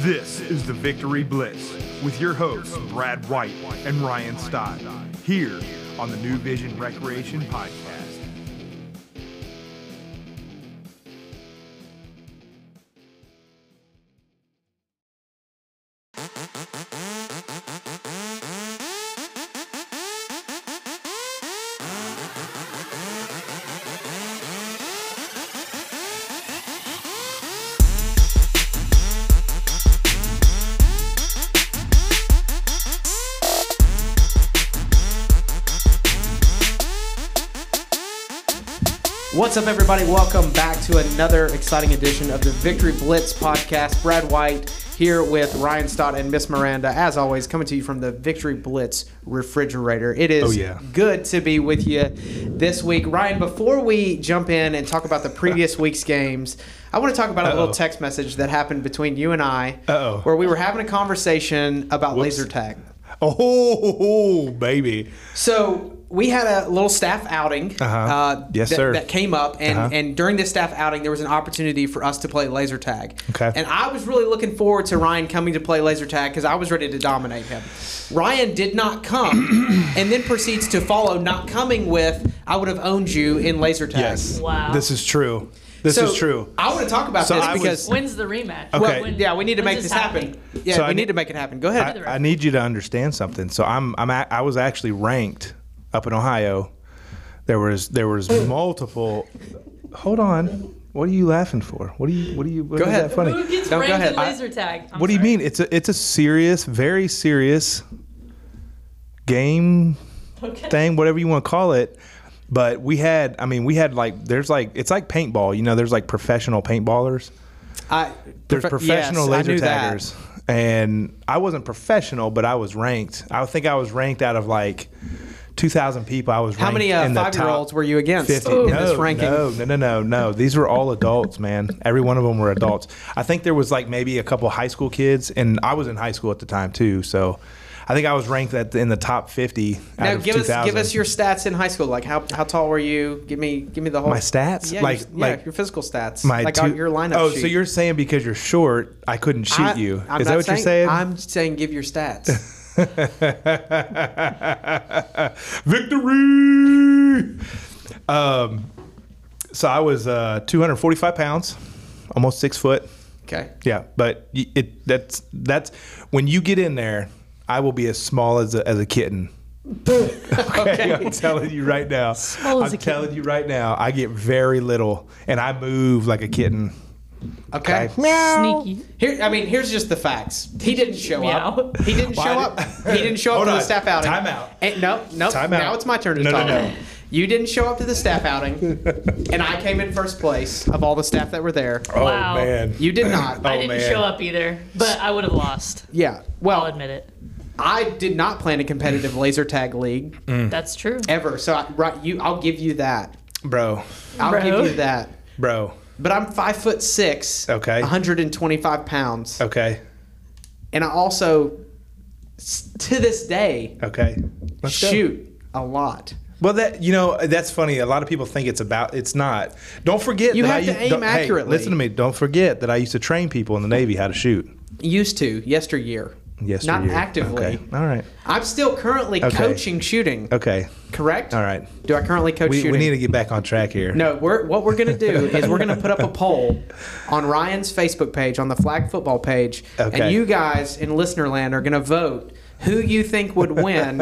This is the Victory Blitz with your hosts, Brad White and Ryan Stott, here on the New Vision Recreation Podcast. What's up, everybody? Welcome back to another exciting edition of the Victory Blitz podcast. Brad White here with Ryan Stott and Miss Miranda, as always, coming to you from the Victory Blitz refrigerator. It is Oh, yeah. good to be with you this week. Ryan, before we jump in and talk about the previous week's games, I want to talk about a little text message that happened between you and I Uh-oh. where we were having a conversation about laser tag. Oh, baby. So we had a little staff outing uh Uh-huh. Yes, that, sir. that came up, and, Uh-huh. and during this staff outing, there was an opportunity for us to play laser tag. Okay. And I was really looking forward to Ryan coming to play laser tag because I was ready to dominate him. Ryan did not come, and then proceeds to follow not coming with "I would have owned you" in laser tag. Yes. Wow. This is true. This So is true. I want to talk about So this I was- because When's the rematch? Okay. well, yeah, we need to when's make this happen. Yeah, So we I need need- to make it happen. Go ahead. I, I need you to understand something. So I'm I'm a, I was actually ranked up in Ohio. There was there was multiple. Hold on. What are you laughing for? What are you what are you? What Go is ahead. that funny? Who gets No, go ranked ahead. in I- laser tag? I'm what do you sorry. mean? It's a it's a serious, very serious game Okay. thing, whatever you want to call it. But we had, I mean, we had like there's like it's like paintball, you know. There's like professional paintballers. I- There's prof- professional yes, I laser knew that. taggers, and I wasn't professional, but I was ranked. I think I was ranked out of like. Two thousand people. I was. How many ranked uh, in the top five-year-olds were you against 50. in Oh, no, this ranking? No, no, no, no, no. These were all adults, man. Every one of them were adults. I think there was like maybe a couple high school kids, and I was in high school at the time too. So I think I was ranked at the, in the top 50 out Now of give 2000. us give us your stats in high school. Like how how tall were you? Give me give me the whole My stats? Yeah, Like- your, like- yeah, your physical stats. my like two- on your lineup. Oh, sheet. so you're saying because you're short, I couldn't shoot I- you? I'm Is that not what you're saying? I'm saying give your stats. Victory. Um, so I was uh, 245 pounds, almost six foot. Okay. Yeah, but y- it that's that's when you get in there, I will be as small as a, as a kitten. okay, I'm telling you right now. Small as I'm a kitten. telling you right now, I get very little, and I move like a kitten. Okay. Okay. Meow. Sneaky. Here, I mean, here's just the facts. He didn't show Meow. up. He didn't show Why up. did- He didn't show up Hold to the on. staff outing. Time out. And, no, no. Time now out. it's my turn to No, no, talk. no. You didn't show up to the staff outing, and I came in first place of all the staff that were there. Wow. Oh man, You did not. I Oh, didn't man. show up either, but I would have lost. Yeah. Well, I'll admit it. I did not plan a competitive laser tag league Mm. Hmm. That's true. ever. So I, right, you, I'll give you that. bro, I'll Bro. give you that. bro. But I'm five foot six. Okay. 125 pounds, Okay, and I also, s- to this day, okay. Let's go. shoot a lot. Well, that you know, that's funny. A lot of people think it's about. It's not. Don't forget. You that have I to used- aim don't- hey, accurately. listen to me. Don't forget that I used to train people in the Navy how to shoot. Used to yesteryear. Yes. Not actively. Okay. All right. I'm still currently Okay. coaching shooting. Okay. Correct. All right. Do I currently coach We, shooting? we need to get back on track here. No, we're, what we're going to do is we're going to put up a poll on Ryan's Facebook page, on the flag football page, Okay. and you guys in listener land are going to vote who you think would win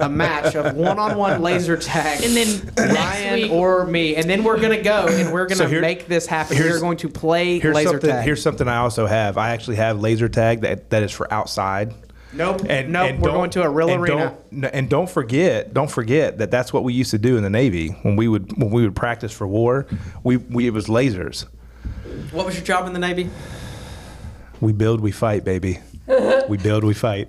a match of one-on-one laser tag. And then next Ryan week, or me, and then we're going to go and we're going to So here- make this happen. here's- We're going to play Here's laser something. tag. Here's something I also have. I actually have laser tag that that is for outside. Nope. Nope. We're don't- going to a real and arena. don't- n- and don't forget, don't forget that that's what we used to do in the Navy when we would when we would practice for war. We, we it was lasers. What was your job in the Navy? We build, we fight, baby. we build, we fight.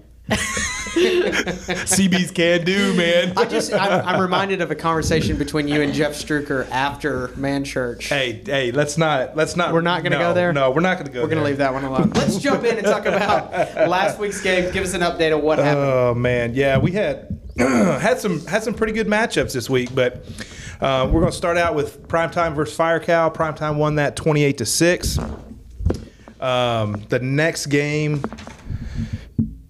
CB's can do, man. I just I'm, I'm reminded of a conversation between you and Jeff Struker after Manchurch. Hey, hey, let's not, let's not. We're not gonna no, go there? No, we're not gonna go. We're gonna leave that one alone. Let's jump in and talk about last week's game. Give us an update on what happened. Oh man, yeah, we had had some had some pretty good matchups this week, but uh, we're going to start out with Primetime versus Fire Cow. Primetime won that twenty eight to six. Um, the next game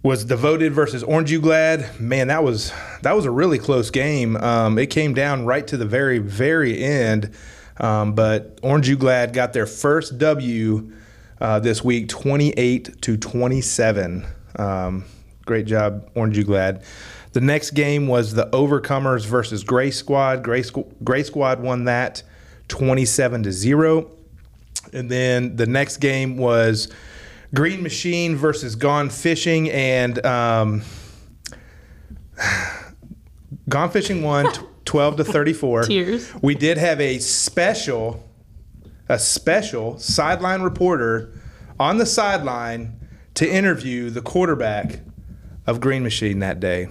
was Devoted versus Orange You Glad. Man, that was that was a really close game. Um, it came down right to the very very end, um, but Orange You Glad got their first W uh, this week, 28 to 27. Um, great job, Orange You Glad. The next game was the Overcomers versus Gray Squad. Gray, Squ- Gray Squad won that 27 to zero. And then the next game was Green Machine versus Gone Fishing, and um, Gone Fishing won tw- 12 to 34. Tears. We did have a special, a special sideline reporter on the sideline to interview the quarterback of Green Machine that day.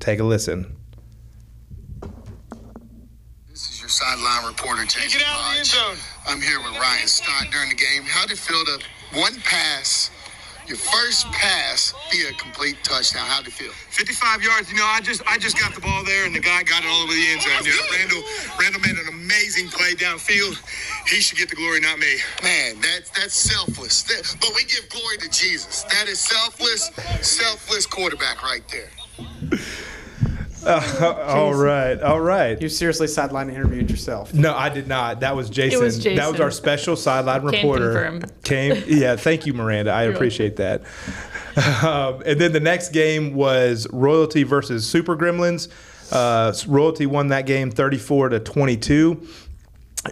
Take a listen. This is your sideline reporter, Jason Get out of the end Hodge. zone. I'm here with Ryan Stott during the game. How did it feel to one pass, your first pass, be a complete touchdown? How did it feel? 55 yards. You know, I just I just got the ball there, and the guy got it all over the end zone. Yeah, Randall Randall made an amazing play downfield. He should get the glory, not me. Man, that's that's selfless. That- but we give glory to Jesus. That is selfless, selfless quarterback right there. All right, all right. You seriously sideline interviewed yourself. No, I did not. That was Jason. was That was Jason. our special sideline Can reporter. confirm. Came, yeah. Thank you, Miranda. I You're appreciate that. Um, and then the next game was Royalty versus Super Gremlins. Uh, Royalty won that game, thirty-four to twenty-two.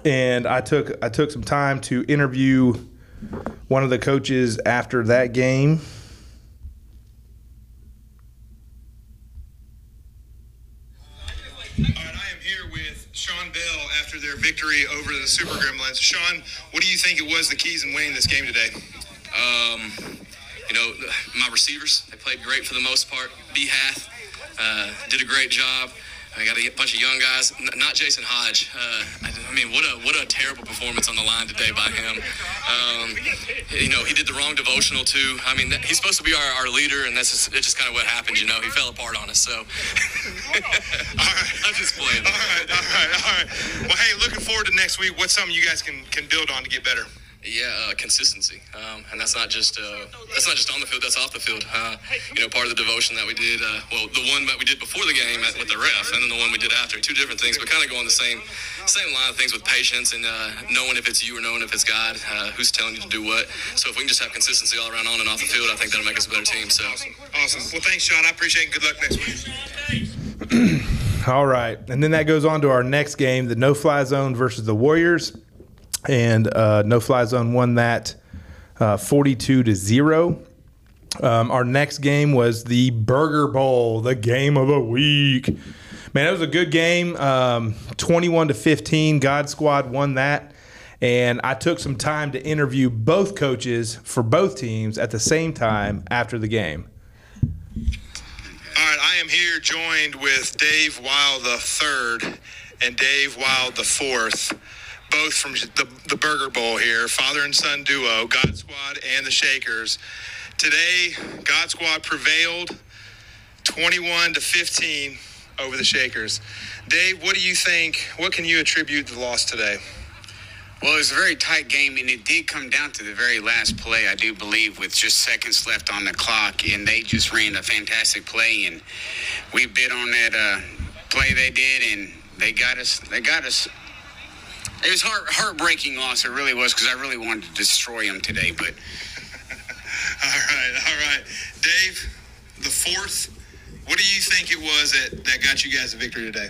And I took I took some time to interview one of the coaches after that game. All right, I am here with Sean Bell after their victory over the Super Gremlins. Sean, what do you think it was the keys in winning this game today? Um, you know, my receivers, they played great for the most part. B. Hath uh, did a great job. I got a bunch of young guys, N- not Jason Hodge. Uh, I, I mean, what a what a terrible performance on the line today by him. Um, you know, he did the wrong devotional too. I mean, that, he's supposed to be our, our leader, and that's just, it's just kind of what happened. You know, he fell apart on us. So, I'm just playing. All right, all right, all right. Well, hey, looking forward to next week. What's something you guys can can build on to get better? Yeah, uh, consistency, um, and that's not just uh, that's not just on the field. That's off the field. Uh, you know, part of the devotion that we did. Uh, well, the one that we did before the game at, with the ref, and then the one we did after. Two different things, but kind of going the same same line of things with patience and uh, knowing if it's you or knowing if it's God, uh, who's telling you to do what. So if we can just have consistency all around on and off the field, I think that'll make us a better team. So. Awesome. Well, thanks, Sean. I appreciate it. Good luck next week. All right. And then that goes on to our next game, the no fly zone versus the Warriors. And uh, no fly zone won that uh, 42 to 0. Um, our next game was the Burger Bowl, the game of the week. Man, it was a good game. Um, 21 to 15, God Squad won that. And I took some time to interview both coaches for both teams at the same time after the game. All right, I am here joined with Dave Wild the third and Dave Wild the fourth, both from the, the Burger Bowl here, father and son duo, God Squad and the Shakers. Today, God Squad prevailed 21 to 15 over the Shakers. Dave, what do you think? What can you attribute the loss today? Well, it was a very tight game, and it did come down to the very last play, I do believe, with just seconds left on the clock, and they just ran a fantastic play, and we bid on that uh, play they did, and they got us. They got us. It was heart heartbreaking loss. It really was because I really wanted to destroy them today, but All right, all right. Dave, the fourth, what do you think it was that, that got you guys a victory today?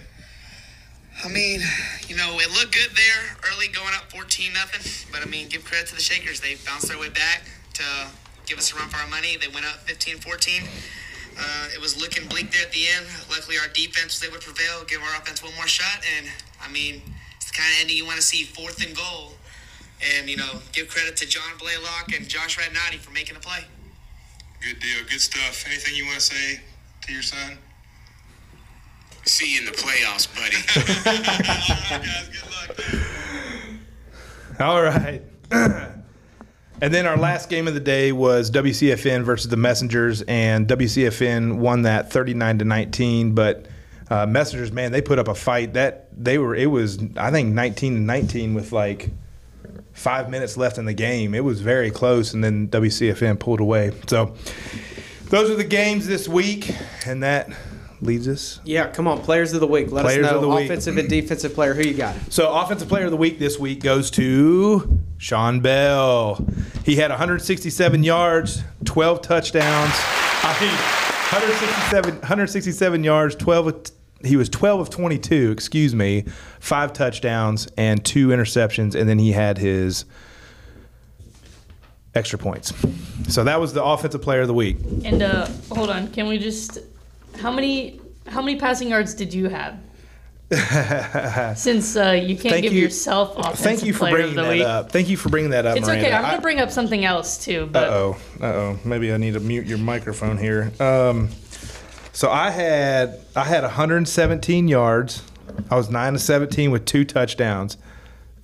I mean, you know, it looked good there early, going up 14 nothing. But I mean, give credit to the Shakers. They bounced their way back to give us a run for our money. They went up 15-14. Uh, it was looking bleak there at the end. Luckily, our defense was able to prevail, give our offense one more shot, and I mean, it's the kind of ending you want to see, fourth and goal. And you know, give credit to John Blaylock and Josh Radnotti for making the play. Good deal. Good stuff. Anything you want to say to your son? see you in the playoffs, buddy. guys, good luck. All right. and then our last game of the day was WCFN versus the Messengers, and WCFN won that 39 to 19. But uh, Messengers, man, they put up a fight. That they were. It was I think 19 to 19 with like five minutes left in the game. It was very close, and then WCFN pulled away. So those are the games this week, and that leads us. Yeah, come on, players of the week. Let Players us know of the week. offensive and defensive player. Who you got? So offensive player of the week this week goes to Sean Bell. He had 167 yards, 12 touchdowns. I mean, 167, 167 yards, 12. of- He was 12 of 22. Excuse me, five touchdowns and two interceptions, and then he had his extra points. So that was the offensive player of the week. And uh, hold on, can we just? How many how many passing yards did you have? Since uh, you can't Thank give you- yourself offensive Thank you for player bringing of the that week. up. Thank you for bringing that up. It's Miranda. okay. I'm I- gonna bring up something else too, Uh but oh. Uh oh. Maybe I need to mute your microphone here. Um, so I had I had 117 yards. I was nine to 17 with two touchdowns,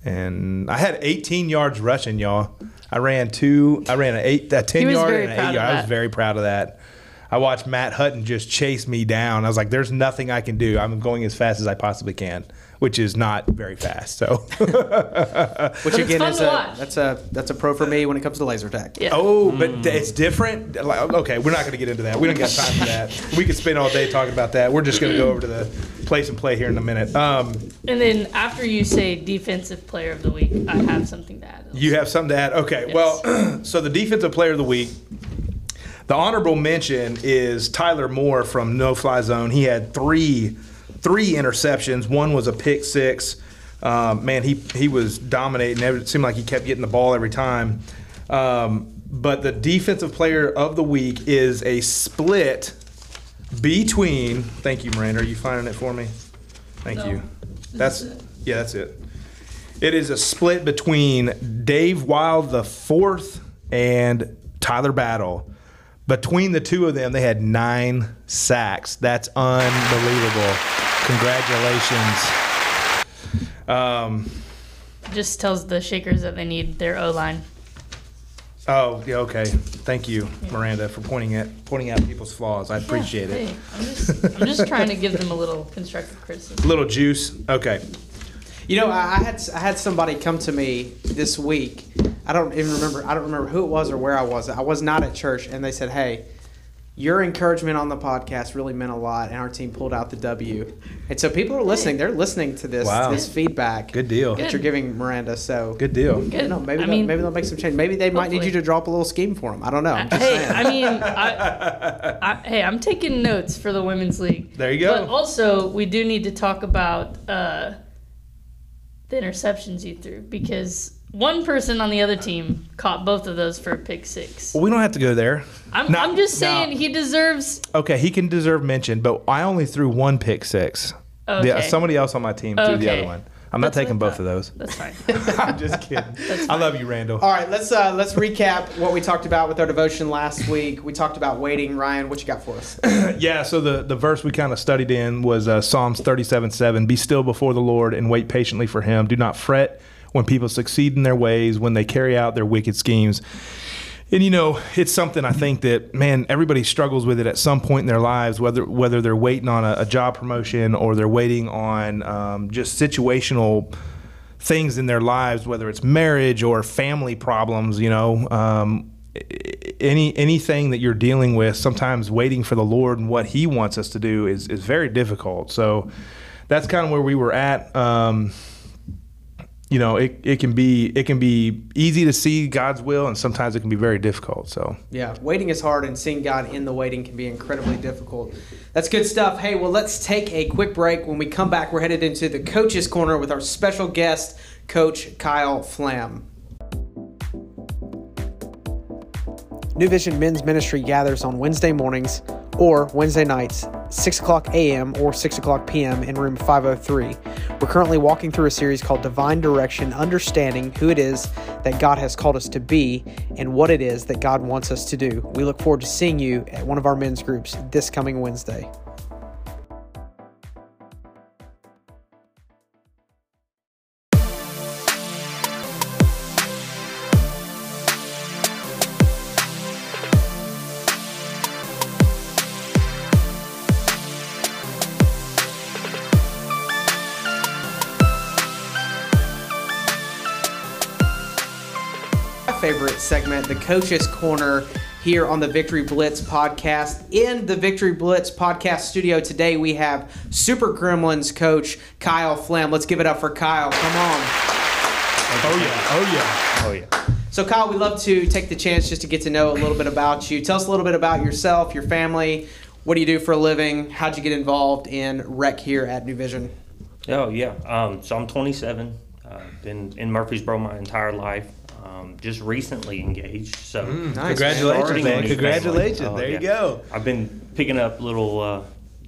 and I had 18 yards rushing, y'all. I ran two. I ran an eight, a 10 was yard, very and an proud eight of yard. I was that. very proud of that. I watched Matt Hutton just chase me down. I was like, "There's nothing I can do. I'm going as fast as I possibly can." Which is not very fast. So, Which it's again fun is to a watch. that's a that's a pro for me when it comes to laser tag. yeah. oh, but th- it's different. Like, okay, we're not going to get into that. We don't got time for that. We could spend all day talking about that. We're just going to go over to the place and play here in a minute. Um, And then after you say defensive player of the week, I have something to add. You have something to add? Okay. Well, so the defensive player of the week, the honorable mention is Tyler Moore from No Fly Zone. He had three three interceptions. One was a pick six. Um, man, he he was dominating. It seemed like he kept getting the ball every time. Um, but the defensive player of the week is a split between. Thank you, Miranda. Are you finding it for me? Thank you. That's yeah. That's it. It is a split between Dave Wild the fourth and Tyler Battle. Between the two of them, they had nine sacks. That's unbelievable. Congratulations. Um, Just tells the Shakers that they need their O line. oh, yeah, okay. Thank you, Miranda, for pointing at pointing out people's flaws. I appreciate it. I'm just, I'm just trying to give them a little constructive criticism. Little juice. Okay. You know, I I had I had somebody come to me this week. I don't even remember. I don't remember who it was or where I was. I was not at church, and they said, "Hey, your encouragement on the podcast really meant a lot, and our team pulled out the W." And so people are listening. They're listening to this Wow. this feedback Good deal. that you're giving Miranda. So Good deal. I don't know. Maybe I they'll, mean- maybe they'll make some change. Maybe they might need you Hopefully. Uh, to drop a little scheme for them. I don't know. I'm just Hey, saying. I mean, I, I, hey, I'm taking notes for the women's league. There you go. But also, we do need to talk about uh, the interceptions you threw because one person on the other team caught both of those for a pick six. We don't have to go there. I'm, No, I'm just no. saying he deserves. Okay, he can deserve mention, but I only threw one pick six. Okay. The, somebody else on my team threw the Okay. other one. I'm not what taking I both thought. of those. That's fine. I'm just kidding. I love you, Randall. All right, let's uh, let's recap what we talked about with our devotion last week. We talked about waiting. Ryan, what you got for us? Yeah, so the, the verse we kind of studied in was uh, Psalms 37 7. Be still before the Lord and wait patiently for him. Do not fret when people succeed in their ways, when they carry out their wicked schemes. And you know, it's something I think that man, everybody struggles with it at some point in their lives, whether whether they're waiting on a, a job promotion or they're waiting on um, just situational things in their lives, whether it's marriage or family problems. You know, um, i- i- any anything that you're dealing with, sometimes waiting for the Lord and what He wants us to do is is very difficult. So that's kind of where we were at. Um, you know, it, it can be it can be easy to see God's will, and sometimes it can be very difficult. So Yeah, waiting is hard, and seeing God in the waiting can be incredibly difficult. That's good stuff. Hey, well, let's take a quick break. When we come back, we're headed into the coaches' corner with our special guest, Coach Kyle Flam. New Vision Men's Ministry gathers on Wednesday mornings or Wednesday nights, 6 o'clock a.m. or 6 o'clock p.m. in room 503. We're currently walking through a series called Divine Direction, understanding who it is that God has called us to be and what it is that God wants us to do. We look forward to seeing you at one of our men's groups this coming Wednesday. favorite segment, the Coach's Corner, here on the Victory Blitz podcast. In the Victory Blitz podcast studio today, we have Super Gremlins coach Kyle Flem. Let's give it up for Kyle. Come on. Oh yeah. Oh yeah. Oh yeah. So, Kyle, we'd love to take the chance just to get to know a little bit about you. Tell us a little bit about yourself, your family. What do you do for a living? How'd you get involved in rec here at New Vision? Oh yeah. Um, so I'm 27. Uh, been in Murfreesboro my entire life. Um, just recently engaged. So Congratulations, starting man. on the family. Congratulations. Oh, there you yeah. go. I've been picking up little uh,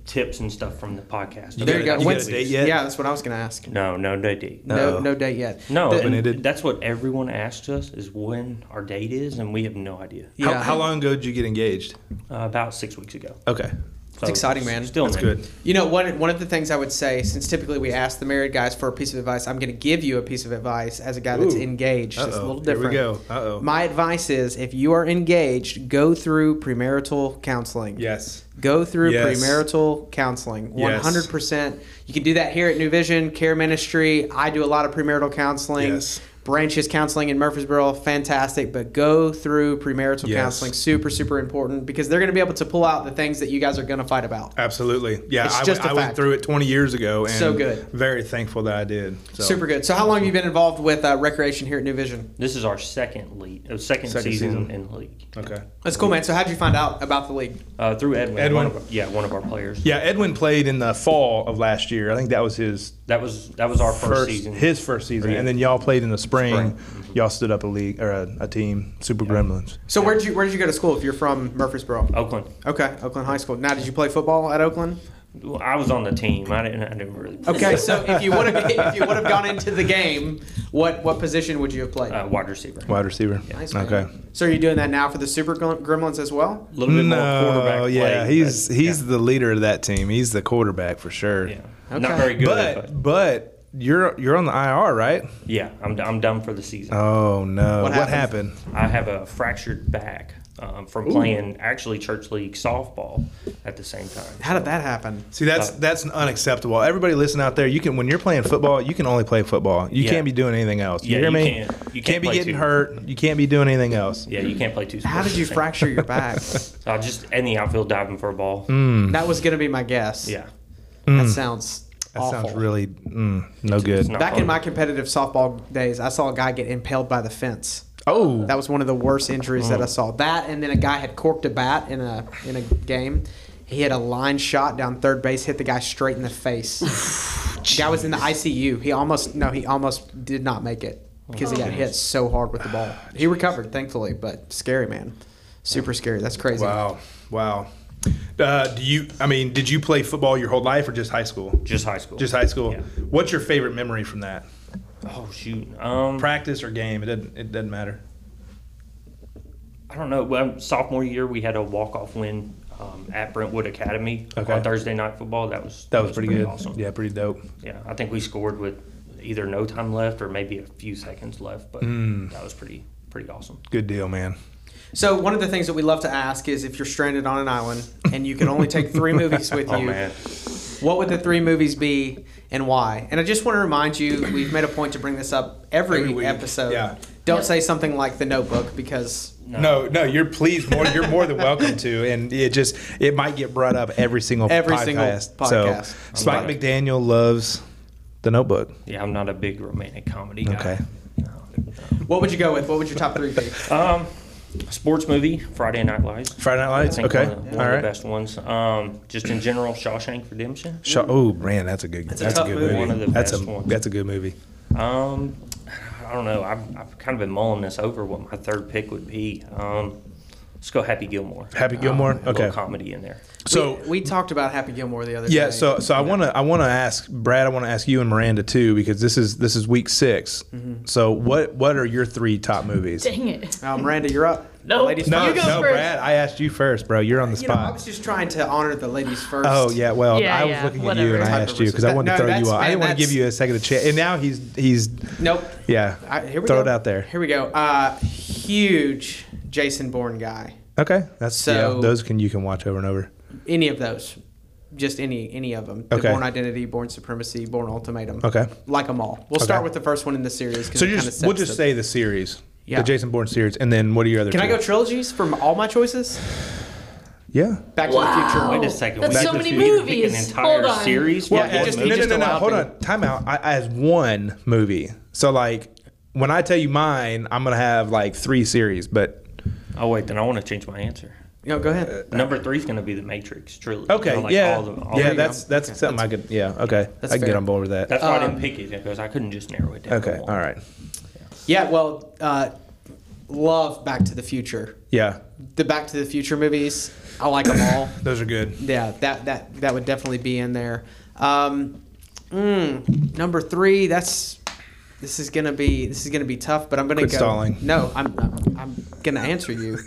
tips and stuff from the podcast. There you go. You got a When's- date yet? Yeah, that's what I was going to ask. No, no, no date. No, Uh-oh. no date yet. No, The- and Open-ended. that's what everyone asks us is when our date is, and we have no idea. How, yeah. how long ago did you get engaged? Uh, about six weeks ago. Okay. So It's exciting, man. Still That's new. good. You know, one one of the things I would say, since typically we ask the married guys for a piece of advice, I'm going to give you a piece of advice as a guy that's Ooh. engaged. It's a Uh-oh. little Here different. we go. Uh-oh. My advice is, if you are engaged, go through premarital counseling. Yes. Go through Yes. premarital counseling. One Yes. hundred percent. You can do that here at New Vision Care Ministry. I do a lot of premarital counseling. Yes. Branches counseling in Murfreesboro, fantastic. But go through premarital Yes. counseling, super super important because they're going to be able to pull out the things that you guys are going to fight about. Absolutely. Yeah. It's I, just went- a I went fact. through it 20 years ago and So good. very thankful that I did. So. Super good. So, how long have you been involved with uh, recreation here at New Vision? This is our second league, uh, second, Second season, season. in league. Okay. That's cool, man. So, how'd you find out about the league? Uh, through Edwin. Edwin. One of our, yeah, one of our players. Yeah, Edwin played in the fall of last year. I think that was his That was that was our first, first season. his first season, Right. and then y'all played in the spring. Mm-hmm. Spring. Y'all stood up a league or a, a team, Super Gremlins. So, where'd you where did you go to school? If you're from Murfreesboro, Oakland. okay, Oakland High School. Now, did you play football at Oakland? Well, I was on the team. I didn't. I didn't really. Play. Okay, so if you would have if you would have gone into the game, what what position would you have played? Uh, wide receiver. Wide receiver. Nice, man. okay. So, are you doing that now for the Super Grem- Gremlins as well? A little bit more quarterback play. yeah, he's but- he's yeah, the leader of that team. He's the quarterback for sure. yeah. Okay. Not very good. But, But but you're you're on the IR, right? yeah, I'm, I'm done for the season. Oh no. What What, happened? happened? I have a fractured back um, from playing actually church league softball at the same time. How did that happen? See, that's that's unacceptable. Everybody listen out there, you can when you're playing football, you can only play football. You Yeah. can't be doing anything else. You Yeah, hear you me? can't- you can't be play getting two. hurt. You can't be doing anything else. Yeah, you can't play two. How sports did at you the same fracture your back? time. Uh, just in the outfield diving for a ball. Mm. that was going to be my guess. Yeah, that sounds. Hmm. That awful. sounds really mm, no good. not Back in fun. my competitive softball days, I saw a guy get impaled by the fence. Oh, That was one of the worst injuries that I saw. That and then a guy had corked a bat in a in a game. He had a line shot down third base, hit the guy straight in the face. guy was in the ICU. He almost no, he almost did not make it because he got hit so hard with the ball. He recovered thankfully, but scary man, super scary. That's crazy. Wow, wow. Uh, do you? I mean, did you play football your whole life or just high school? just high school. Just high school. Yeah. What's your favorite memory from that? Oh shoot. Um, Practice or game? It doesn't. It doesn't matter. I don't know. Well, sophomore year, we had a walk-off win um, at Brentwood Academy Okay. on Thursday night football. That was That was pretty, good. Awesome. Yeah, pretty dope. yeah. I think we scored with either no time left or maybe a few seconds left, but Mm. that was pretty pretty awesome. Good deal, man. So one of the things that we love to ask is if you're stranded on an island and you could only take three movies with Oh you, man. What would the three movies be and why? And I just want to remind you, we've made a point to bring this up every, Every week, episode. yeah. Don't say something like The Notebook because No, no, you're pleased more. You're more than welcome to, and it just it might get brought up every single Every podcast. single podcast. So Spike Right. McDaniel loves the Notebook. Yeah, I'm not a big romantic comedy guy. Okay. No, what would you go with? What would your top three be? no. Um, sports movie, Friday Night Lights. Friday Night I Lights. think Okay, one of, the, one all of the right. best ones. Um, just in general, Shawshank Redemption. Sha- oh man, that's a good. That's, a a, tough good movie. movie. One of the that's best a ones. that's a good movie. Um, I don't know. I've, I've kind of been mulling this over what my third pick would be. Um, let's go Happy Gilmore. Happy Gilmore? a little Okay. comedy in there. So we talked about Happy Gilmore the other day. Yeah, so so I want to I want to ask Brad, I want to ask you and Miranda too because this is this is week 6. Mm-hmm. So what what are your three top movies? Dang it. Uh, Miranda, you're up. No. ladies No, You first. go no, first. Brad, I asked you first, bro. You're on the You know, I spot. was just trying to honor the ladies first. Oh yeah, well, Yeah, I was yeah, looking at whatever. you and I Type of asked you because I respect. wanted No, to throw you that's- off. I didn't man, want to give that's- you a second to chance. And now he's he's Nope. yeah. I, here we throw go. it out there. Here we go. Uh, huge Jason Bourne guy. Okay, that's So- yeah. Those can you can watch over and over. Any of those. Just any any of them. The Okay. Born Identity, Born Supremacy, Born Ultimatum. Okay. Like them all. We'll start Okay. with the first one in the series. 'cause So it you kinda just we'll sets just the- say the series. Yeah. The Jason Bourne series, and then what are your other? Can I two? go trilogies from all my choices? yeah. Back to the Future. Wow. Wait a second. Oh, That's we so just- many we didn't pick movies. An entire Hold on. series. Well, for it one just- no, movie? no, no, no. allowed Hold me- on. Time out. I, as one movie. So like, when I tell you mine, I'm gonna have like three series, but Oh wait, then I want to change my answer. No, go ahead. Uh, Number three is going to be the Matrix trilogy. okay, So, like, yeah, all the- all yeah. the- That's that's something I could. Yeah, okay. That's I can fair. get on board with that. that's why I didn't pick it because I couldn't just narrow it down. um, okay. to All one. right. Yeah, well, uh, love Back to the Future. Yeah, The Back to the Future movies, I like them all. those are good. yeah, that that that would definitely be in there. Um, mm, number three, that's this is gonna be this is gonna be tough, but I'm gonna Quit go. stalling. No, I'm I'm- I'm gonna answer you.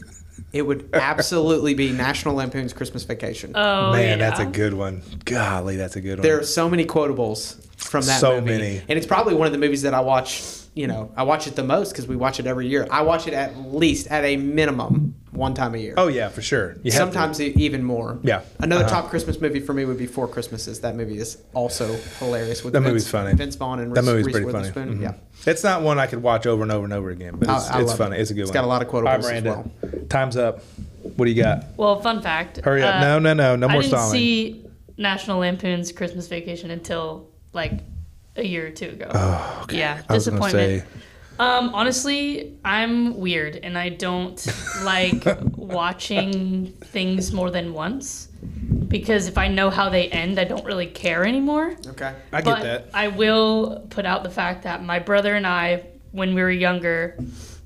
It would absolutely be National Lampoon's Christmas Vacation. Oh, Man, yeah. that's a good one. Golly, that's a good one. there are so many quotables from that So movie. many. and it's probably one of the movies that i watch you know i watch it the most because we watch it every year i watch it at least at a minimum one time a year oh yeah, for sure. You have to. sometimes e- even more Yeah. Uh-huh. another top christmas movie for me would be four christmases that movie is also hilarious with That vince, movie's funny. vince vaughn and that Reese, movie's Reese pretty funny. Witherspoon. Mhm. yeah It's not one I could watch over and over and over again, but I- it's, I it's love funny. it. It's a good It's one. got a lot of quotables All right, as Miranda, well. Time's up. What do you got? Well, fun fact. Hurry up. No, no, no. No Uh, I more didn't stalling. see National Lampoon's Christmas Vacation until like a year or two ago. Oh, Yeah, I was gonna disappointment. Um, honestly, I'm weird and I don't like watching things more than once because if I know how they end, I don't really care anymore. okay I get but that. I will put out the fact that my brother and I, when we were younger,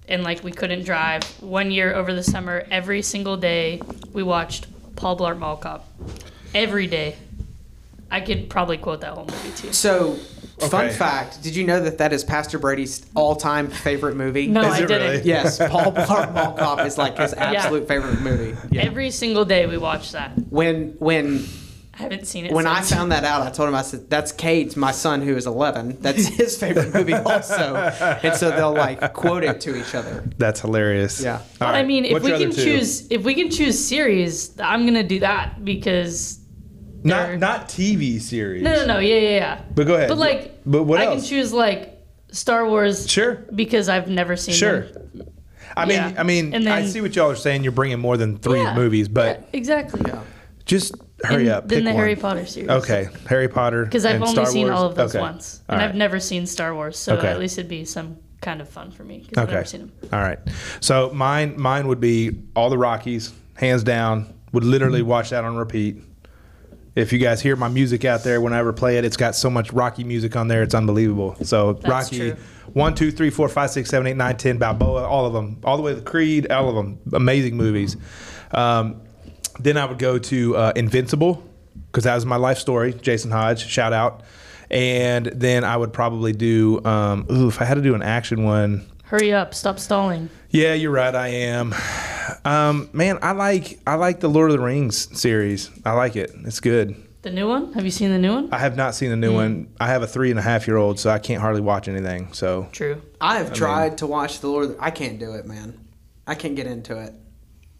and like we couldn't drive, one year over the summer, every single day we watched Paul Blart Mall Cop. Every day. I could probably quote that whole movie too. so fun Okay. fact did you know that that is pastor brady's all-time favorite movie No, Is I it didn't. really? yes paul blart mall cop is like his absolute favorite movie yeah. Every single day we watched that. when when I haven't seen it. when I since. found that out, I told him, I said, that's Cade's, my son who is 11. That's his favorite movie also. And so they'll like quote it to each other. That's hilarious. Yeah. All But I right, mean, if what's we your can other two? choose, if we can choose series, I'm gonna do that because not they're- not TV series, no, no, no, yeah, yeah, yeah. but go ahead. But like, but what I else? can choose like Star Wars. Sure. Because I've never seen. Sure. them. I mean, Yeah. I mean, And I then- see what y'all are saying. You're bringing more than three Yeah. Oh, movies, but Yeah, exactly. Yeah. just hurry and up. Then pick the one. Harry Potter series. Okay, Harry Potter. Because I've and only Star seen Wars. all of those Okay. once, All and right. I've never seen Star Wars, so Okay. at least it'd be some kind of fun for me. 'cause I've never seen them. All right. So mine mine would be all the Rockies, hands down. Would literally watch that on repeat. If you guys hear my music out there, when I ever play it, it's got so much Rocky music on there, it's unbelievable. So Rocky, true. one, two, three, four, five, six, seven, eight, nine, ten, Balboa, all of them, all the way to Creed, all of them, amazing movies. Um, then I would go to uh, Invincible because that was my life story. Jason Hodge, shout out. And then I would probably do, um, ooh, if I had to do an action one, Hurry up! Stop stalling. yeah, you're right. I am. Um, man, I like I like the Lord of the Rings series. I like it. It's good. The new one? Have you seen the new one? I have not seen Hmm. the new one. I have a three and a half year old, so I can't hardly watch anything. So True. I have tried to watch The Lord of the- I can't do it, man. I can't get into it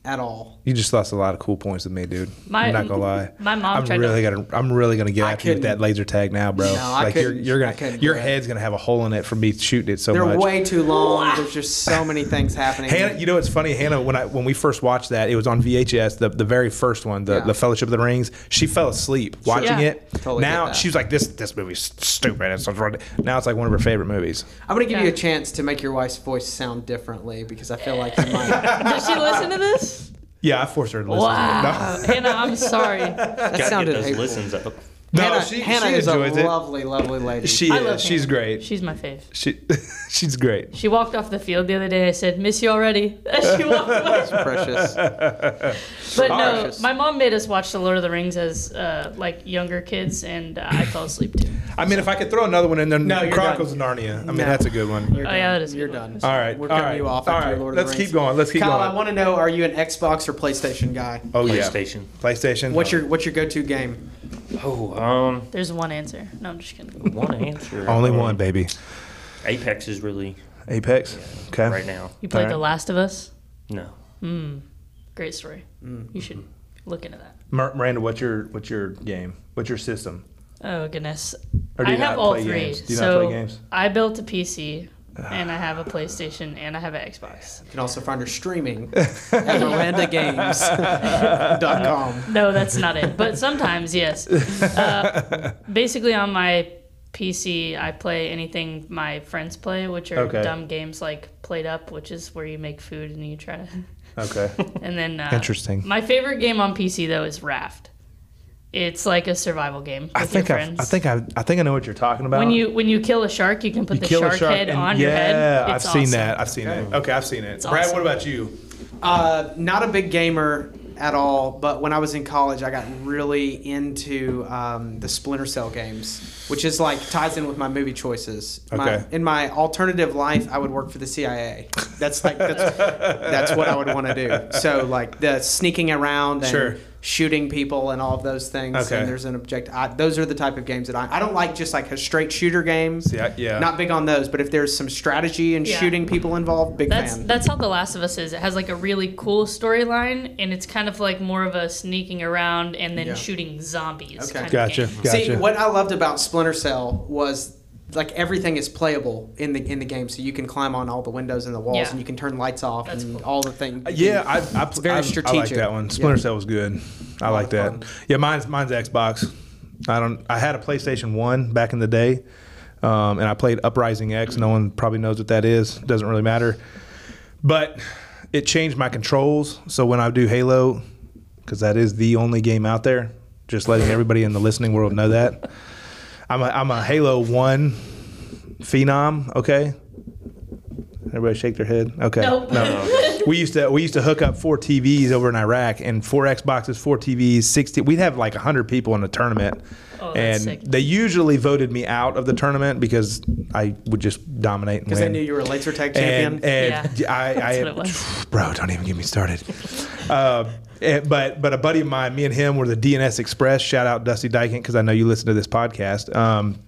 at all. you just lost a lot of cool points with me, dude. My- I'm not gonna lie. my mom I'm tried to- really gonna. I'm really gonna get I after you with couldn't- that laser tag now, bro. No, I like you're, couldn't- you're I gonna. couldn't Your do it. head's gonna have a hole in it from me shooting it so They're much. way too long. There's just so many things happening. Hannah, you know what's funny, Hannah? When I when we first watched that, it was on VHS, the, the very first one, the, Yeah. the Fellowship of the Rings. She fell asleep watching Yeah. it. Totally get now that. she's like, this this movie's stupid. It's run-" now it's like one of her favorite movies. I'm going to give Yeah. you a chance to make your wife's voice sound differently because I feel like you might. Does she listen to this? Yeah, I forced her to listen. Wow. Hannah, I'm sorry. That Gotta get sounded those hateful. listens up. No, Hannah, no Oh, she, Hannah she is a enjoys it. lovely, lovely lady. She I love is. She's Hannah. great. She's my fave. She she's great. She walked off the field the other day. I said, "Miss you already." she walked away. precious. Oh, But no, Precious. my mom made us watch The Lord of the Rings as uh, like younger kids, and I fell asleep too. I mean, if I could throw another one in there, you're Chronicles of Narnia. I mean, No. that's a good one. Oh yeah, that is a You're good one. done. All right, We're all cutting right, you off. all after right. Lord of Let's the Rings. keep going. Let's keep Kyle, going. I want to know: Are you an Xbox or PlayStation guy? oh yeah, PlayStation. PlayStation. What's your What's your go-to game? Oh, um, There's one answer. No, I'm just kidding. one answer. only Um, one baby? Apex is really Apex. Okay. right now. You played All right. The Last of Us. Hmm. No. Great story. Hmm. You should look into that. Mir- Miranda, what's your what's your game? What's your system? Oh goodness. Or do you I have not all play three. games? Do you not so play games? I built a PC. and I have a PlayStation and I have an Xbox. You can also find her streaming at MirandaGames.com. No, that's not it. But sometimes, yes. Uh, basically, on my PC, I play anything my friends play, which are Okay. dumb games like Plate Up, which is where you make food and you try to. Okay. And then. Uh, Interesting. My favorite game on PC though is Raft. It's like a survival game. With I think your I, friends. I think I, I think I know what you're talking about. when you when you kill a shark, you can put Um, You the kill shark, a shark head and- on your head. Yeah, I've It's seen awesome. that. I've seen it. Okay, I've seen it. Brad, awesome. what about you? Uh, not a big gamer at all, but when I was in college, I got really into um, the Splinter Cell games, which is like ties in with my movie choices. My, Okay. in my alternative life, I would work for the CIA. That's like that's, that's what I would want to do. So like the sneaking around and Sure. shooting people and all of those things. Okay. And there's an object. I, those are the type of games that I I don't like. Just like a straight shooter games. Yeah, yeah. Not big on those, but if there's some strategy and Yeah. shooting people involved, big That's fan. that's how The Last of Us is. It has like a really cool storyline, and it's kind of like more of a sneaking around and then Yeah. shooting zombies. Okay. kind of Gotcha. game. Gotcha. See, what I loved about Splinter Cell was like everything is playable in the in the game, so you can climb on all the windows and the walls, Yeah. and you can turn lights off That's and cool. all the things. Uh, Yeah, I, I, It's very I, I like strategic. that one. Splinter Yeah. Cell was good. I like of that. fun. Yeah, mine's mine's Xbox. I don't. I had a PlayStation One back in the day, um, and I played Uprising X. No one probably knows what that is. Doesn't really matter. But it changed my controls. So when I do Halo, because that is the only game out there. Just letting everybody in the listening world know that I'm a, I'm a Halo One phenom. Okay. Everybody shake their head. Okay. Nope. We used to we used to hook up four TVs over in Iraq and four Xboxes, four TVs, sixty. We'd have like hundred people in a tournament, Oh, and that's sick. they usually voted me out of the tournament because I would just dominate. because they knew you were a laser tag And, champion. and Yeah. I, I what it was. bro, don't even get me started. uh, and- but but a buddy of mine, me and him were the DNS Express. Shout out Dusty Dykent because I know you listen to this podcast. Um,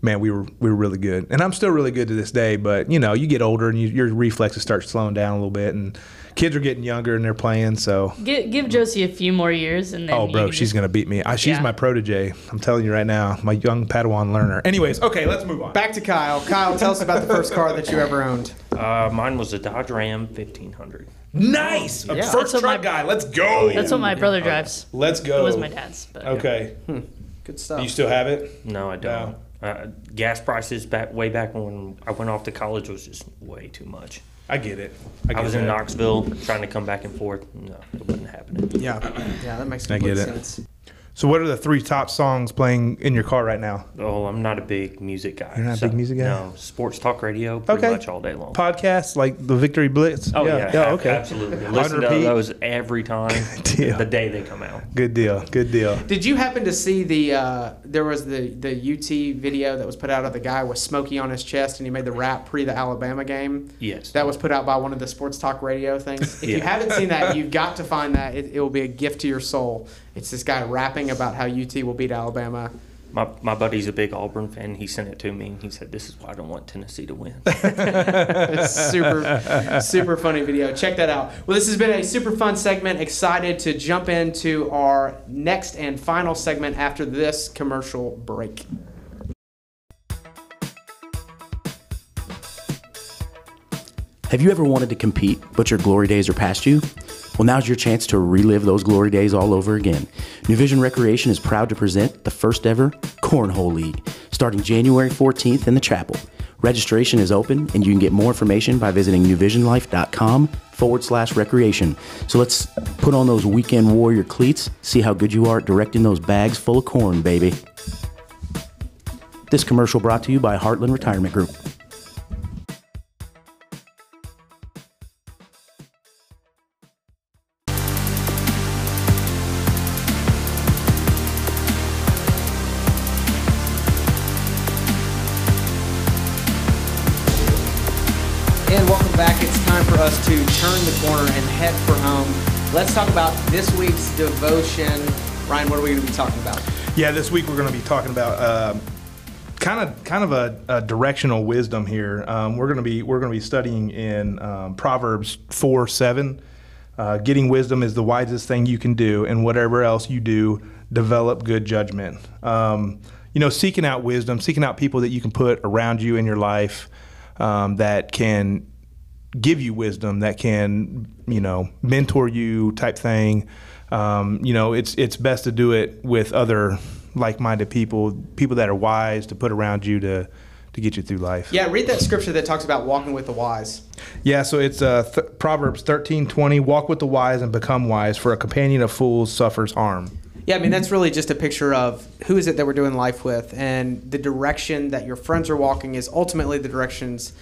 man, we were we were really good, and I'm still really good to this day. But you know, you get older and you, your reflexes start slowing down a little bit, and kids are getting younger and they're playing. So Give, give Josie a few more years, and then oh, you bro, can she's just- gonna beat me. I, she's Yeah. my protege. I'm telling you right now, my young Padawan learner. Anyways, okay, let's move on. Back to Kyle. Kyle, tell us about the first car that you ever owned. Uh, mine was a Dodge Ram 1500. Nice, A Yeah. first That's what truck my- guy. Let's go. That's what my brother drives. Let's go. It was my dad's. But Okay. Hmm. Good stuff. You still have it? No, I don't. Uh, gas prices back way back when I went off to college was just way too much. I get it. I get was in that. Knoxville trying to come back and forth. No, it wasn't happening. yeah, yeah, that makes I complete get it. sense. So, what are the three top songs playing in your car right now? Oh, I'm not a big music guy. You're not a big music guy? No, sports talk radio pretty Okay. much all day long. Podcasts like the Victory Blitz. Oh yeah, yeah. ab- okay. absolutely. Listen to repeat. those every time deal. the day they come out. Good deal. Good deal. Did you happen to see the? Uh, there was the the UT video that was put out of the guy with Smokey on his chest, and he made the rap pre the Alabama game. Yes. that was put out by one of the sports talk radio things. If you Yeah. haven't seen that, you've got to find that. It, it will be a gift to your soul. It's this guy rapping about how UT will beat Alabama. My my buddy's a big Auburn fan. He sent it to me and he said, "This is why I don't want Tennessee to win." It's super, super funny video. Check that out. Well, this has been a super fun segment. Excited to jump into our next and final segment after this commercial break. Have you ever wanted to compete, but your glory days are past you? Well, now's your chance to relive those glory days all over again. New Vision Recreation is proud to present the first ever Cornhole League, starting January 14th in the chapel. Registration is open, and you can get more information by visiting newvisionlife.com forward slash recreation. So let's put on those weekend warrior cleats, see how good you are at directing those bags full of corn, baby. This commercial brought to you by Heartland Retirement Group. And welcome back. It's time for us to turn the corner and head for home. Let's talk about this week's devotion. Ryan, what are we going to be talking about? Yeah, this week we're going to be talking about uh, kind of kind of a, a directional wisdom here. Um, we're going to be we're going to be studying in um, Proverbs four seven. Uh, getting wisdom is the wisest thing you can do, and whatever else you do, develop good judgment. Um, you know, seeking out wisdom, seeking out people that you can put around you in your life um, that can give you wisdom, that can, you know, mentor you type thing. Um, you know, it's it's best to do it with other like-minded people, people that are wise to put around you to to get you through life. Yeah, read that scripture that talks about walking with the wise. Yeah, so it's uh, th- Proverbs thirteen twenty. Walk with the wise and become wise, for a companion of fools suffers harm. Yeah, I mean that's really just a picture of who is it that we're doing life with, and the direction that your friends are walking is ultimately the directions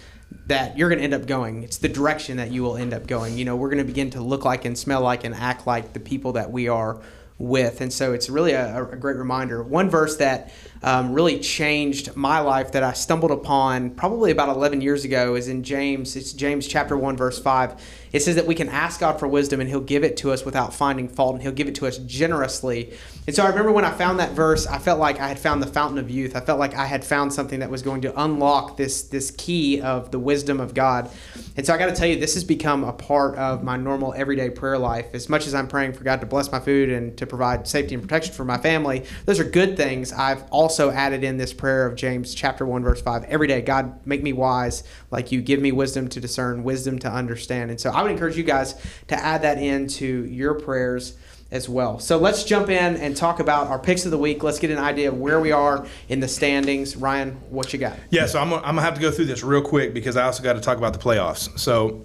that you're going to end up going. It's the direction that you will end up going. You know, we're going to begin to look like and smell like and act like the people that we are with, and so it's really a, a great reminder. One verse that um, really changed my life that I stumbled upon probably about 11 years ago is in James. It's James chapter one verse five. It says that we can ask God for wisdom and He'll give it to us without finding fault and He'll give it to us generously. And so I remember when I found that verse, I felt like I had found the fountain of youth. I felt like I had found something that was going to unlock this this key of the wisdom of God. And so I got to tell you, this has become a part of my normal everyday prayer life. As much as I'm praying for God to bless my food and to provide safety and protection for my family, those are good things. I've also added in this prayer of James chapter 1 verse 5 every day God make me wise like you give me wisdom to discern wisdom to understand and so I would encourage you guys to add that into your prayers as well. So let's jump in and talk about our picks of the week. Let's get an idea of where we are in the standings. Ryan, what you got? Yeah, so I'm gonna, I'm gonna have to go through this real quick because I also got to talk about the playoffs. So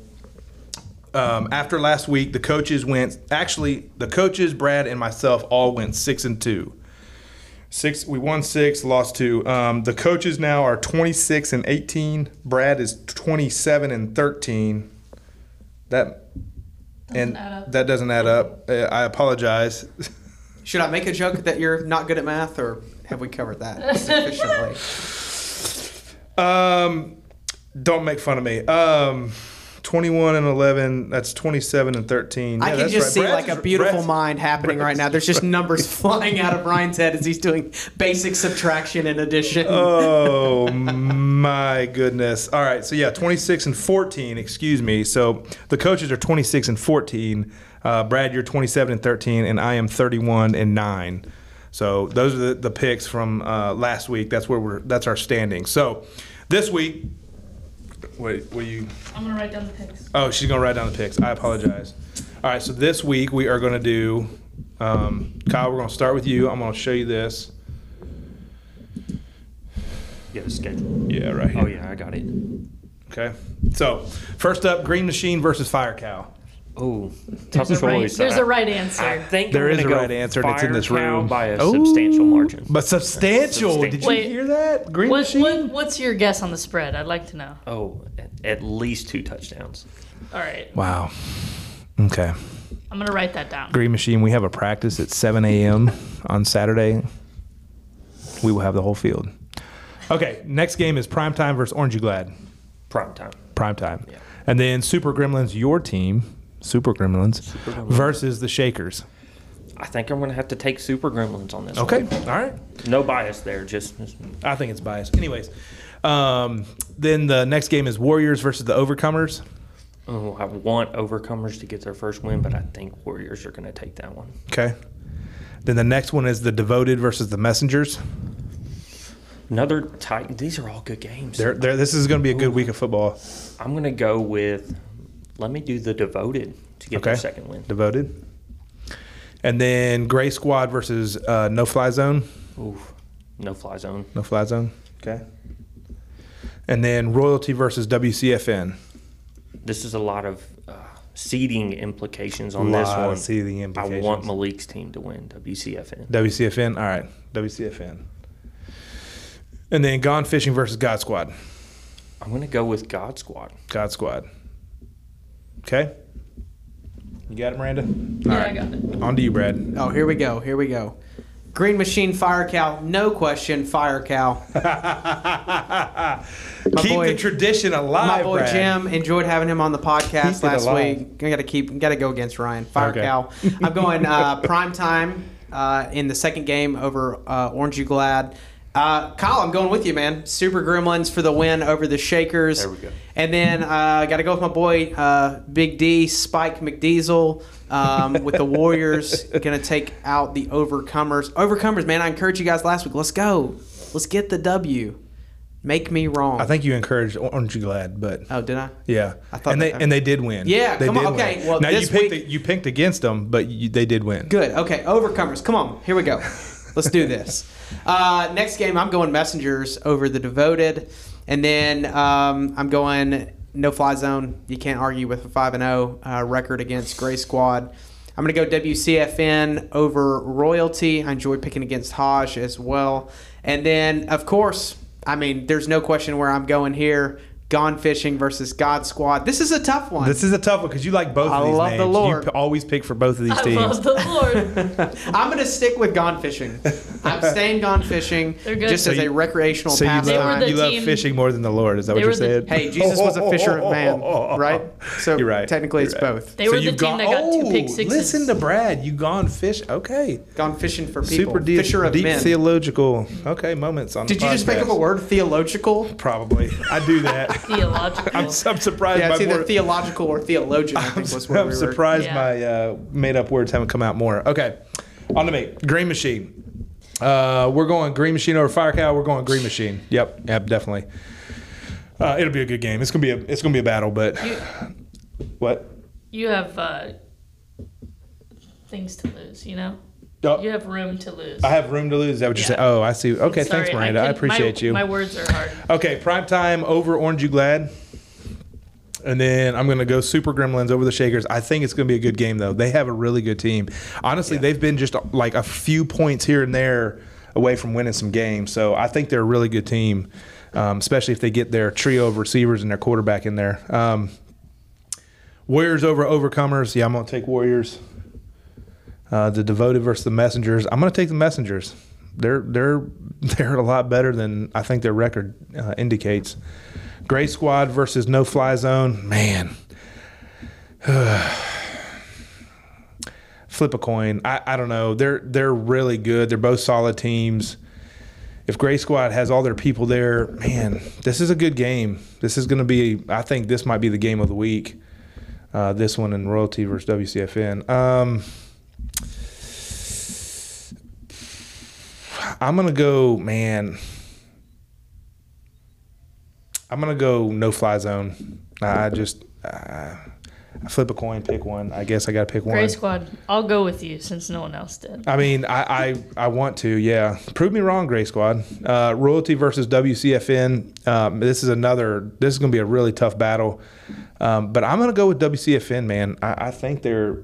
um, after last week, the coaches went. Actually, the coaches, Brad and myself, all went six and two. Six, we won six, lost two. Um, the coaches now are 26 and 18. Brad is 27 and 13. That and add up. that doesn't add up. Uh, I apologize. Should I make a joke that you're not good at math or have we covered that sufficiently? Um, don't make fun of me. Um, 21 and 11. That's 27 and 13. Yeah, I can that's just right. see Brad's like a is- beautiful Brad's- mind happening right now. There's just numbers flying out of Ryan's head as he's doing basic subtraction and addition. Oh my goodness. All right. So yeah, 26 and 14. Excuse me. So the coaches are 26 and 14. Uh, Brad, you're 27 and 13, and I am 31 and nine. So those are the, the picks from uh, last week. That's where we're. That's our standing. So this week, wait, will you? I'm gonna write down the picks. Oh, she's gonna write down the picks. I apologize. All right, so this week we are gonna do, um, Kyle. We're gonna start with you. I'm gonna show you this. Yeah, the schedule. Yeah, right here. Oh yeah, I got it. Okay. So first up, Green Machine versus Fire Cow. Oh, There's tough a right, choice. there's a right I answer. think There I'm is a gonna go right answer, and it's in this Fire Cow room. Oh. by a substantial margin. But substantial. Did you Wait. hear that? Green What, Machine. what, what's your guess on the spread? I'd like to know. oh, at, at least two touchdowns. All right, Wow. Okay. I'm gonna write that down. Green Machine. We have a practice at 7 a.m. on Saturday. We will have the whole field. Okay. Next game is Primetime versus Orange You Glad. Prime time. Primetime. And then Super Gremlins, your team, Super Gremlins, versus the Shakers. I think I'm gonna have to take Super Gremlins on this. Okay. one. All right. No bias there. Just, just I think it's biased. Anyways, um, then the next game is Warriors versus the Overcomers. oh, I want Overcomers to get their first win, but I think Warriors are gonna take that one. Okay. Then the next one is the Devoted versus the Messengers. Another tight. These are all good games. They're, they're, this is going to be a good week of football. I'm gonna go with. Let me do the devoted to get their Okay. second win. Devoted. And then Gray Squad versus uh, No Fly Zone. Oof. No fly zone. No Fly Zone. Okay. And then Royalty versus WCFN. This is a lot of uh, seeding implications on this Lot one. of seeding I want implications. Malik's team to win. WCFN. WCFN. All right. WCFN. And then Gone Fishing versus God Squad. I'm gonna go with God Squad. God Squad. Okay. You got it, Miranda? Yeah, I got it. On to you, Brad. Oh, here we go. Here we go. Green Machine Fire Cow. No question, Fire Cow. Keep boy- the tradition alive, My boy Brad. Jim. Enjoyed having him on the Keep podcast it last alive. week. I got to keep. Got to go against Ryan Fire Okay. Cow. I'm going uh, prime time uh, in the second game over uh, Orange You Glad. Uh, Kyle, I'm going with you, man. Super Gremlins for the win over the Shakers. There we go. And then uh, I got to go with my boy uh, Big D, Spike McDiesel, um, with the Warriors. Going to take out the Overcomers. Overcomers, man. I encourage you guys last week. Let's go. Let's get the W. Make me wrong. I think you encouraged. Aren't you glad? But oh, did I? yeah, I thought and they that- and they did win. Yeah, they come on, okay, well, now this you picked week- you picked against them, but you, they did win. Good. Okay. Overcomers. Come on. Here we go. Let's do this. Uh, next game, I'm going Messengers over the Devoted, and then um, I'm going No Fly Zone. You can't argue with a five and zero uh, record against Gray Squad. I'm going to go WCFN over Royalty. I enjoy picking against Hodge as well, and then of course, I mean, there's no question where I'm going here. Gone fishing versus God Squad. This is a tough one. This is a tough one because you like both I of these love the names. Lord. You p- always pick for both of these I teams. love the Lord. I'm gonna stick with gone fishing. I'm staying gone fishing They're good. just So as a you- recreational so you love, They were pastime. the you love team- fishing more than the Lord. Is that what They you're were saying? the- Oh, hey, Jesus was a fisher of man, right? So You're right. technically, You're it's right. both. They were the you've Oh, team that got two pick sixes. Listen to Brad. You gone fish. Okay. Gone fishing for people. Super deep, fisher of deep men. theological. Okay, moments on. Did the you just make up a podcast. word? Theological? Probably. I do that. Theological. I'm, I'm surprised. Yeah, my it's either word- theological or theologian. I think was what I'm we were. surprised Yeah. my uh, made up words haven't come out more. Okay, on to me. Green Machine. Uh, we're going Green Machine over Fire Cow. We're going Green Machine. Yep, yep, definitely. Uh, it'll be a good game. It's gonna be a it's gonna be a battle, but You- what? you have uh, things to lose, you know? Oh, You have room to lose. I have room to lose. Is that what you Yeah. said? Oh, I see. Okay, thanks, Sorry, Miranda. I, couldn't- my- appreciate you. My words are hard. Okay, prime time over Orange You Glad. And then I'm going to go Super Gremlins over the Shakers. I think it's going to be a good game, though. They have a really good team. Honestly, they've been just like a few points here and there away from winning some games. So I think they're a really good team, um, especially if they get their trio of receivers and their quarterback in there. Um, Warriors over Overcomers. Yeah, I'm going to take Warriors. Uh, the Devoted versus the Messengers. I'm going to take the Messengers. They're they're they're a lot better than I think their record uh, indicates. Gray Squad versus No Fly Zone. Man, flip a coin. I, I don't know. They're they're really good. They're both solid teams. If Gray Squad has all their people there, man, this is a good game. This is going to be. I think this might be the game of the week. Uh, this one and Royalty versus WCFN. Um, I'm gonna go, man. I'm gonna go no fly zone. I just uh, I flip a coin, pick one. I guess I gotta pick Gray one. Squad, I'll go with you since no one else did. I mean, I, I I want to, yeah. Prove me wrong, Gray Squad. Uh, Royalty versus WCFN. Um, this is another. This is going to be a really tough battle. Um, but I'm going to go with WCFN, man. I, I think they're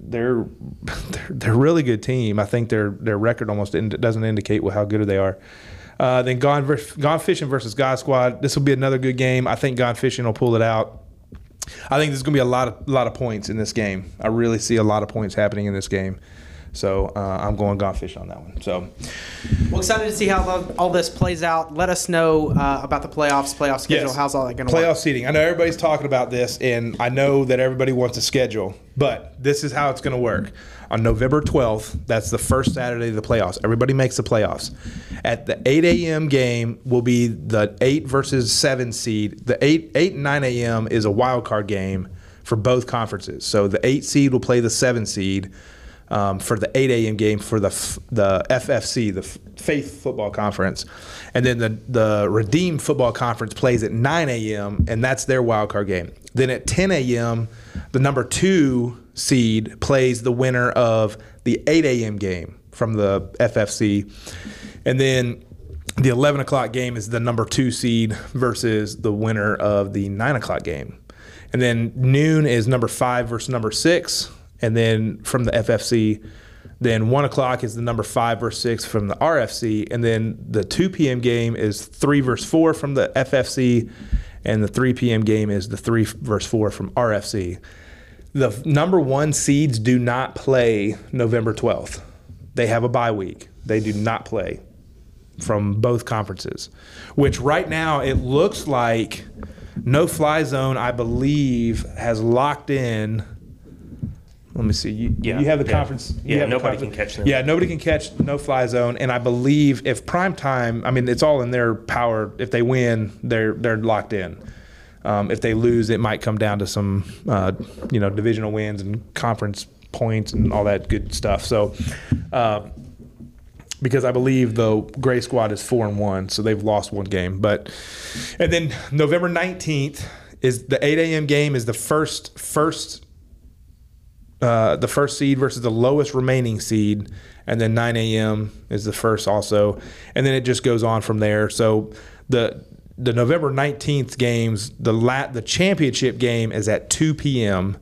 they're they're they're a really good team. I think their their record almost ind- doesn't indicate how good they are. Uh, then gone vers- gone fishing versus God Squad. This will be another good game. I think gone fishing will pull it out. I think there's going to be a lot of lot of points in this game. I really see a lot of points happening in this game. So uh, I'm going gone fish on that one. So We're excited to see how lo- all this plays out. Let us know uh, about the playoffs, playoff schedule. Yes. How's all that going to playoff work? seating. I know everybody's talking about this, and I know that everybody wants a schedule, but this is how it's going to work. On November 12th, that's the first Saturday of the playoffs. Everybody makes the playoffs. At the 8 a.m. game will be the eight versus seven seed. The eight eight and 9 a.m. is a wild card game for both conferences. So the eight seed will play the seven seed. um, for the 8 a.m. game for the f- the FFC, the F- Faith Football Conference, and then the the Redeem Football Conference plays at 9 a.m. and that's their wild card game. Then at 10 a.m., the number two seed plays the winner of the 8 a.m. game from the FFC, and then. The 11 o'clock game is the number two seed versus the winner of the nine o'clock game. And then noon is number five versus number six. And then from the FFC, then one o'clock is the number five versus six from the RFC. And then the 2 p.m. game is three versus four from the FFC. And the 3 p.m. game is the three versus four from RFC. The f- number one seeds do not play November 12th. They have a bye week. They do not play from both conferences, which right now it looks like no fly zone, I believe, has locked in. Let me see. You, Yeah, you have the yeah. conference. you Yeah, have the nobody can catch them. Yeah, nobody can catch no fly zone. And I believe if prime time, I mean, it's all in their power. If they win, they're they're locked in. Um, if they lose, it might come down to some, uh, you know, divisional wins and conference points and all that good stuff. So, uh, because I believe the Gray Squad is four and one, so they've lost one game. But and then November nineteenth is the eight a.m. game is the first first uh, the first seed versus the lowest remaining seed, and then 9 a.m. is the first also, and then it just goes on from there. So the the November 19th games, the lat the championship game is at 2 p.m.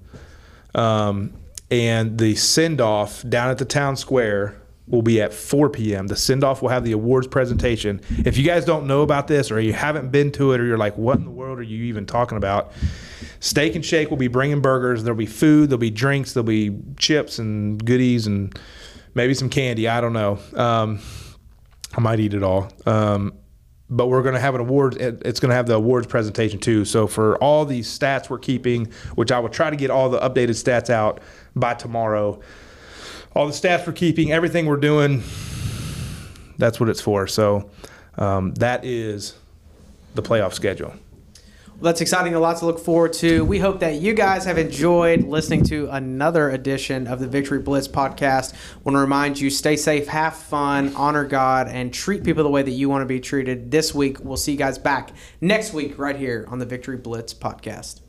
Um, and the send off down at the town square will be at 4 p.m. The send off will have the awards presentation. If you guys don't know about this or you haven't been to it or you're like, what in the world are you even talking about? Steak and Shake will be bringing burgers. There'll be food, there'll be drinks, there'll be chips and goodies and maybe some candy. I don't know. Um, I might eat it all. Um, but we're going to have an awards. it- It's going to have the awards presentation too. So for all these stats we're keeping, which I will try to get all the updated stats out by tomorrow. All the stats we're keeping, everything we're doing, that's what it's for. So um, that is the playoff schedule. Well, that's exciting. A lot to look forward to. We hope that you guys have enjoyed listening to another edition of the Victory Blitz podcast. want to remind you stay safe, have fun, honor God, and treat people the way that you want to be treated this week. We'll see you guys back next week right here on the Victory Blitz podcast.